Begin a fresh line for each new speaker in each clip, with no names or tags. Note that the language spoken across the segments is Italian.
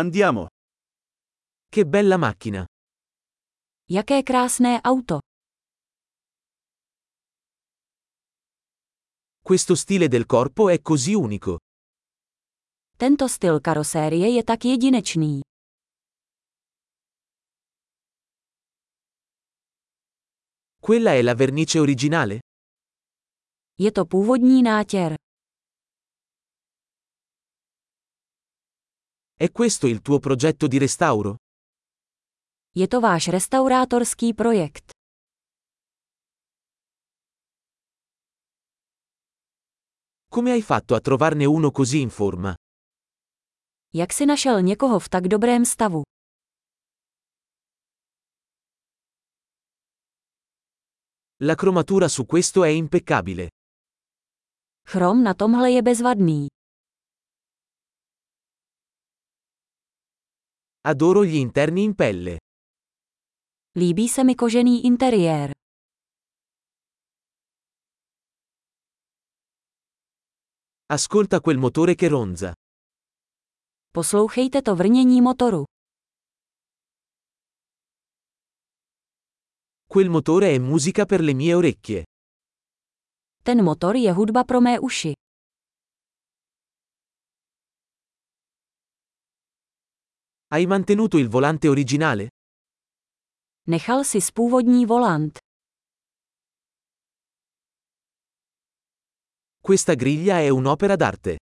Andiamo. Che bella macchina.
Jaké krásné auto.
Questo stile del corpo è così unico.
Tento styl karosérie je tak jedinečný.
Quella è la vernice originale?
Je to původní nátěr.
È questo il tuo progetto di restauro?
Je to váš restaurátorský projekt.
Come hai fatto a trovarne uno così in forma?
Jak si našel někoho v tak dobrém stavu?
La cromatura su questo è impeccabile.
Chrom na tomhle je bezvadný.
Adoro gli interni in pelle.
Líbí se mi kožený interiér.
Ascolta quel motore che ronza.
Poslouchejte to vrnění motoru.
Quel motore è musica per le mie orecchie.
Ten motor je hudba pro mé uši.
Hai mantenuto il volante originale?
Nechal si původní volant.
Questa griglia è un'opera d'arte.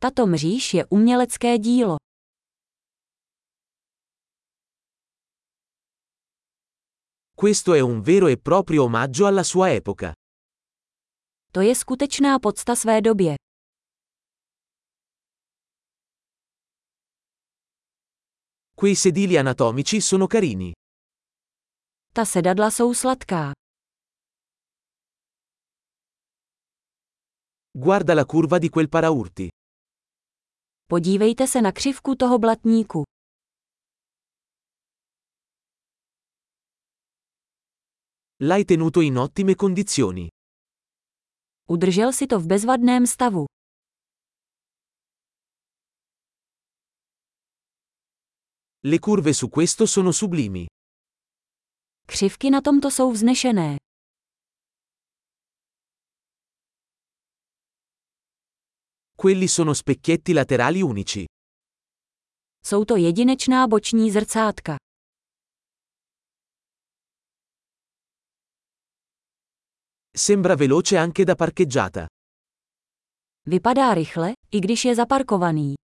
Tato mříž je umělecké dílo.
Questo è un vero e proprio omaggio alla sua epoca.
To je skutečná podsta své době.
Quei sedili anatomici sono carini.
Ta sedadla jsou sladká.
Guarda la curva di quel paraurti.
Podívejte se na křivku toho blatníku.
L'hai tenuto in ottime condizioni.
Udržel si to v bezvadném stavu.
Le curve su questo sono sublimi.
Křivky na tomto jsou vznešené.
Quelli sono specchietti laterali unici.
Jsou to jedinečná boční zrcátka.
Sembra veloce anche da parcheggiata.
Vypadá rychle, i když je zaparkovaný.